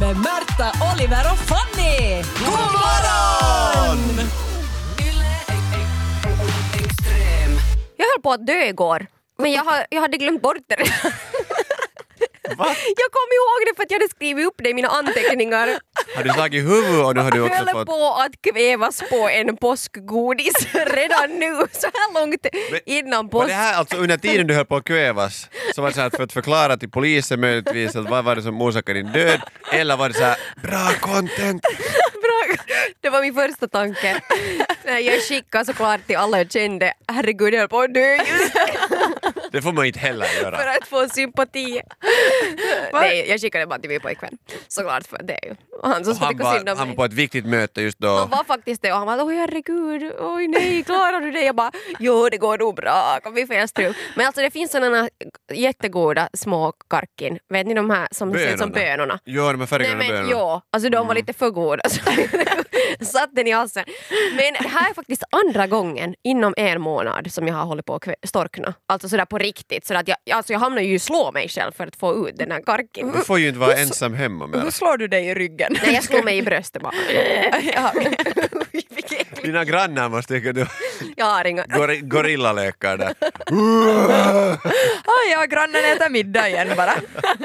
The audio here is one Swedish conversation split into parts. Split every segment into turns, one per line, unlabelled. hälsa Oliver och Fanny! God morgon!
Jag höll på att dö igår, men jag, har, jag hade glömt bort det redan.
Va?
Jag kom ihåg det för att jag hade skrivit upp det i mina anteckningar.
Har du slagit huvudet och nu har du
Jag
också
höll
fått...
på att kvävas på en påskgodis redan nu, så här långt
Men-
innan
Var
påsk.
det här alltså under tiden du höll på att kvävas? Så var det så här för att förklara till polisen möjligtvis att vad var det som orsakade din död? Eller var det så här bra content?
Bra. Det var min första tanke. Nej, Jag skickade såklart till alla jag kände, herregud jag höll på att dö just
Det får man inte heller göra.
för att få sympati. Nej, jag skickade bara till min pojkvän. Såklart, för det är ju han som
Och
ska
Han
tycka synd
var,
om
han var
mig.
på ett viktigt möte just
Han
då.
var faktiskt det och han var oj herregud, oj nej, klarar du det? Jag bara, jo det går nog bra, kom vi får göra strul. Men alltså det finns sådana jättegoda små karkin, vet ni de här som ser ut som
Bönorna.
bönorna?
Ja, de här
Nej
färggranna
men
bönorna. Mm.
ja, alltså de var lite för goda så satt den i halsen. Men det här är faktiskt andra gången inom en månad som jag har hållit på att kvä- storkna. Alltså sådär på riktigt. Så att jag, alltså jag hamnar ju i slå mig själv för att få ut den här karkin.
Du får ju inte vara ensam hemma
Hur
med
slår du dig i ryggen?
Nej, jag slog mig i bröstet bara. Ja. Vilket äckligt.
Dina grannar måste tycka du
Jag har inga...
gor- gorillalekar där.
Aj, ja, grannen äter middag igen bara.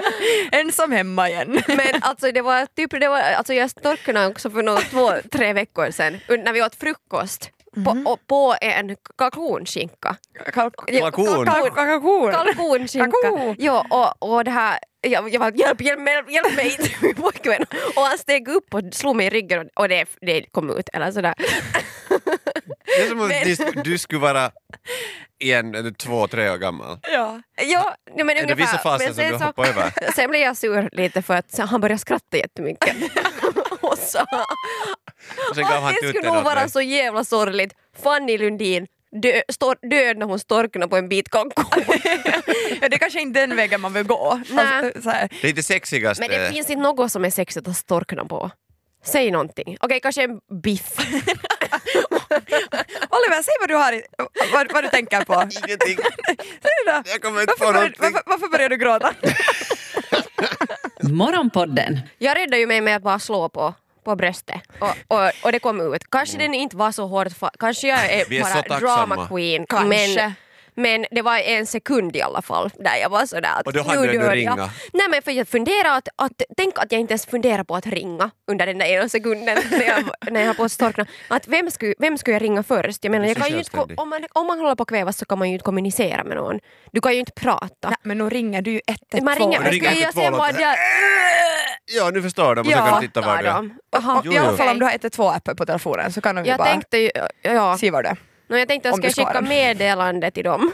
Ensam hemma igen.
Men alltså det var typ, det var, alltså jag storknade också för några två, tre veckor sedan un- när vi åt frukost
Mhm.
på, och, på en kalkonskinka.
Kalk-
Kalkon.
Kalkon.
Kalkonskinka.
Kalkon.
Ja, och, och det här, jag, jag bara hjälp, hjälp, hjälp, hjälp mig till min pojkvän. Och han steg upp och slog mig i ryggen och, och det, det kom ut eller sådär.
Det är som om
Men-
du- du skulle vara en, eller två, tre år gammal.
Ja.
Ja, nej, men
Är det
ungefär.
vissa faser
Men
som
sen
du
så-
hoppar över?
Sen blev jag sur lite för att han började skratta jättemycket. och sa
Och sen gav han
det
tutten
skulle nog
åt
vara
dig.
så jävla sorgligt. Fanny Lundin dö, stor, död när hon storknar på en bit kalkon.
ja, det är kanske inte den vägen man vill gå.
Nej.
Alltså, så här.
Det är inte sexigaste.
Men det finns inte något som är sexigt att storkna på. Säg någonting. Okej, kanske en biff.
Oliver, säg vad du, har i, vad, vad du tänker på.
Ingenting.
Säg då.
Jag kommer inte
Varför, börjar-
på någonting.
varför, varför börjar du gråta?
Morgonpodden
Jag räddade ju mig med att bara slå på på bröstet och, och, och det kom ut. Kanske den inte var så hård, fa- kanske jag är,
Mm. Vi är så
bara
tacksamma.
drama queen.
Kanske.
Men, men det var en sekund i alla fall där jag var sådär att
Och då hade
nu
du ändå
dör
ringa.
Nej men för jag funderar att, att, tänk att jag inte ens funderar på att ringa under den där ena sekunden när jag, när jag höll på att storkna. Att vem skulle, vem skulle jag ringa först? Jag menar,
Du är
jag
så
kan ju inte,
självständig.
om, man, om man håller på att kvävas så kan man ju inte kommunicera med någon. Du kan ju inte prata.
Nej, men nu ringer du ju 112.
Man ringer,
Men du
jag
ringer
skulle ju
112
se vad
låter.
jag
Ja, nu förstår de och
Ja.
så kan de titta var
fattar
du är.
dem. Aha,
Jo,
I alla
jo.
fall om du har 112-appen på telefonen så kan de ju
Jag
bara
tänkte ju, ja,
se var du är.
no, jag tänkte jag
Om du
skulle skicka
svarar.
meddelande till dem.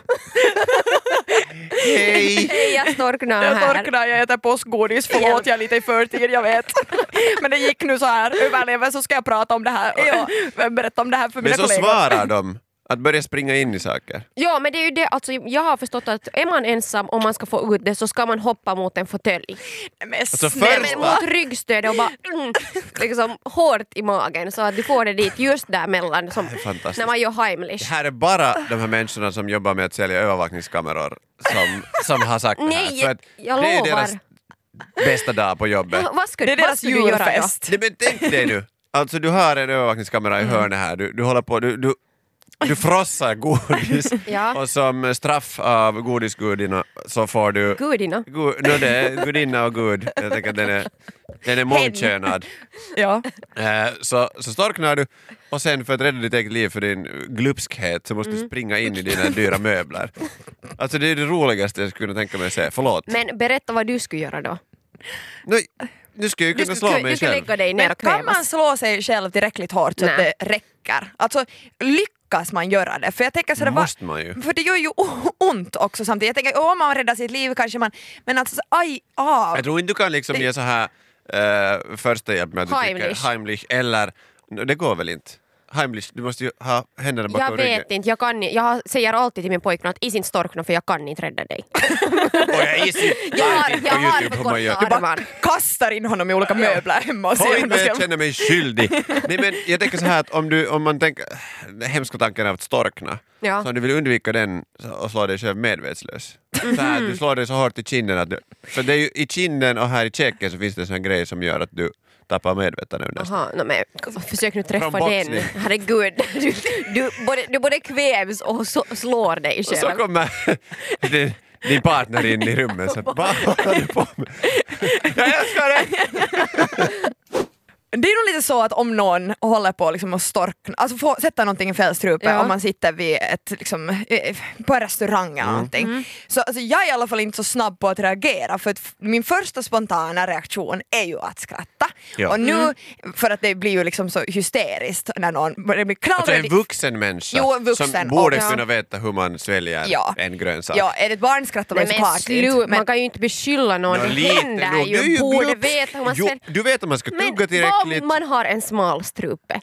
Hej!
Hej, jag storknar
Jag
Ah, här.
torknar, jag äter påskgodis, förlåt jag är lite i förtid, jag vet. Men det gick nu så här, överlever så ska jag prata om det här och berätta om det här för
Men
mina
så
kollegor.
svarar de. Att börja springa in i saker.
Ja, men det är ju det, alltså, jag har förstått att är man ensam och man ska få ut det så ska man hoppa mot en fåtölj.
Men
Alltså, först-
Men
Va?
mot ryggstödet och bara mm, liksom hårt i magen så att du får det dit just där mellan som
Det är fantastiskt.
när man gör
Det
Heimlich.
här är bara de här människorna som jobbar med att sälja övervakningskameror som, som har sagt det här.
Nej,
För att
jag
det är
lovar.
deras bästa dag på jobbet.
Vad
Det
skulle,
är
vad
deras
skulle du göra då?
julfest.
Nej, men tänk dig nu, alltså du har en övervakningskamera i hörnet här, du, du håller på, du, du, du frossar godis
Ja.
och som straff av godisgudinna så får du
Gudina.
Gu- no, det är gudinna och gud, jag tänker att den är, den är mångkönad.
Ja.
Eh, Så, så storknar du och sen för att rädda ditt eget liv för din glupskhet så måste
Mm.
du springa in i dina dyra möbler. Alltså det är det roligaste jag skulle kunna tänka mig att se, förlåt.
Men berätta vad du skulle göra då.
Nu, nu ska jag ju
Du
kunna slå
skulle, du
mig
skulle
själv.
lägga dig ner
Men
och
kan man
kvävas.
slå sig själv tillräckligt hårt så att
Nej.
det räcker? Alltså lyckas man göra det? För jag tänker sådär,
Måste man ju.
För det gör ju o- ont också samtidigt. Jag tänker om man räddar sitt liv kanske man, men alltså så- aj, av.
Jag tror inte du kan liksom ge så här eh, första hjälp med att du dricker
Heimlich.
Heimlich eller, det går väl inte? Heimlich, du måste ju ha händerna bakom
Jag
ryggen.
vet inte, jag, kan, i- jag säger alltid till min pojkvän att isin storkna för jag kan inte rädda dig.
Och jag gissar
Jag har, jag
på
har
Youtube
för
hur man gör.
korta armar.
Kastar in honom i olika möbler hemma och
Kom
ser
inte
om det
med
ska
jag känner mig skyldig. Nej, men jag tänker så här att om, du, om man tänker, den hemska tanken av att storkna,
Ja.
så om du vill undvika den så- och slå dig själv medvetslös. Så här,
Mhm.
du slår dig så hårt i kinden att du, för det är ju i kinden och här i käken så finns det en sån här grej som gör att du tappar medvetandet nästan.
Aha, no, men, försök nu träffa
Från
den.
boxning.
Herregud. Du, du, både, du både kvävs och så, slår dig
Och så
själv.
kommer din, din partner in i rummet så att, vad håller du på med? Jag älskar dig!
Det är nog lite så att om någon håller på liksom att storkna, alltså få sätta någonting i fel strupe
Ja.
om man sitter vid ett, liksom, eh, på en restaurang eller
Mm.
någonting.
Mm.
Så alltså, jag är i alla fall inte så snabb på att reagera för att f- min första spontana reaktion är ju att skratta.
Ja.
Och nu,
Mm.
för att det blir ju liksom så hysteriskt när någon det blir
Alltså
knallröd
en vuxen människa
Jo, vuxen
som borde
och-
kunna veta hur man sväljer
Ja.
en grönsak.
Ja, är det ett barn skrattar man
Nej,
ju
men
såklart
slu,
inte.
man
Men,
kan ju inte beskylla någon.
Nå,
det
lite
händer
nog.
ju.
Du är
borde
glubb.
veta hur man
jo,
ska...
Du vet att man ska
Men
tugga tillräckligt,
om man har en smal strupe?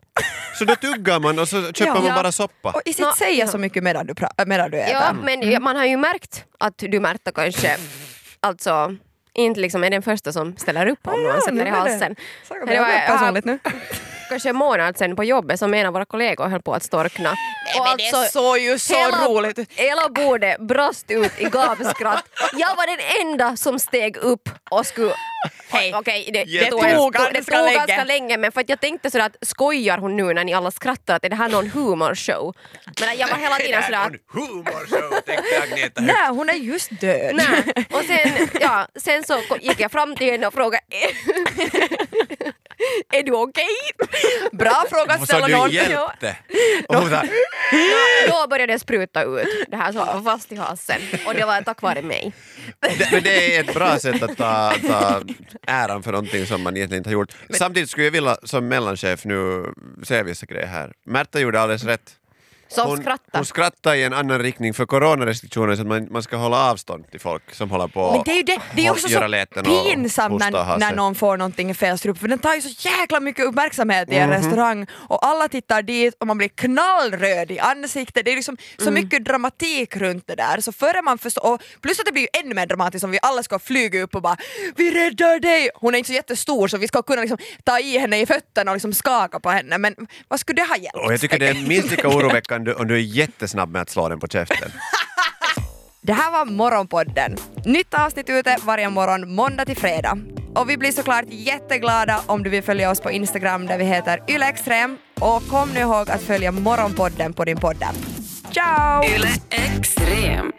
så då tuggar man och så köper
Ja.
man
Ja.
bara soppa.
och inte
Nå,
säga
ja.
så mycket medan du, pra- medan du äter.
Ja, men
Mm.
ja, man har ju märkt att du Märta kanske alltså, inte liksom är den första som ställer upp om någon sätter i halsen.
Det,
Men
det var
jag här-
personligt nu.
kanske en månad sedan på jobbet som en av våra kollegor höll på att storkna. Och alltså,
såg ju så
hela-
roligt ut.
Hela bordet brast ut i gapskratt. Jag var den enda som steg upp och skulle... Hej. Okej, det, det,
Jätte-
tog, en-
tog
det
ganska
tog
länge.
ganska länge men för att jag tänkte sådär att skojar hon nu när ni alla skrattar att är det här någon humorshow? Men jag var hela tiden sådär att
någon humorshow, tänkte Agneta högt.
Nej, hon är just död.
Nej. Och sen, ja, sen så ko- gick jag fram till henne och frågade Är du okej?
Bra fråga att
Och sa
ställa någon.
du hjälte? Och hon sa,
Då, då började det spruta ut det här som var fast i halsen och det var tack vare mig.
Det, men det är ett bra sätt att ta, ta äran för någonting som man egentligen inte har gjort. Samtidigt skulle jag vilja som mellanchef nu säga vissa grejer här. Märta gjorde alldeles rätt.
Som
Hon,
skrattar.
hon skrattar i en annan riktning för coronarestriktioner så att man, man ska hålla avstånd till folk som håller på
Men det är ju det, det är
och
också
göra
så
läten och
pinsamt
hosta och ha
när, när
sig.
någon får någonting i fel strupe för den tar ju så jäkla mycket uppmärksamhet i en restaurang och alla tittar dit och man blir knallröd i ansiktet. Det är liksom så mycket dramatik runt det där så före man förstår, och plus att det blir ju ännu mer dramatiskt om vi alla ska flyga upp och bara vi räddar dig! Hon är inte så jättestor så vi ska kunna liksom ta i henne i fötterna och liksom skaka på henne men vad skulle det ha hjälpt?
Och jag tycker det är minst lika oroväckande om du är jättesnabb med att slå den på käften.
Det här var Morgonpodden. Nytt avsnitt ute varje morgon måndag till fredag. Och vi blir såklart jätteglada om du vill följa oss på Instagram där vi heter ylextrem. Och kom nu ihåg att följa Morgonpodden på din poddapp. Ciao!
Yle Extrem.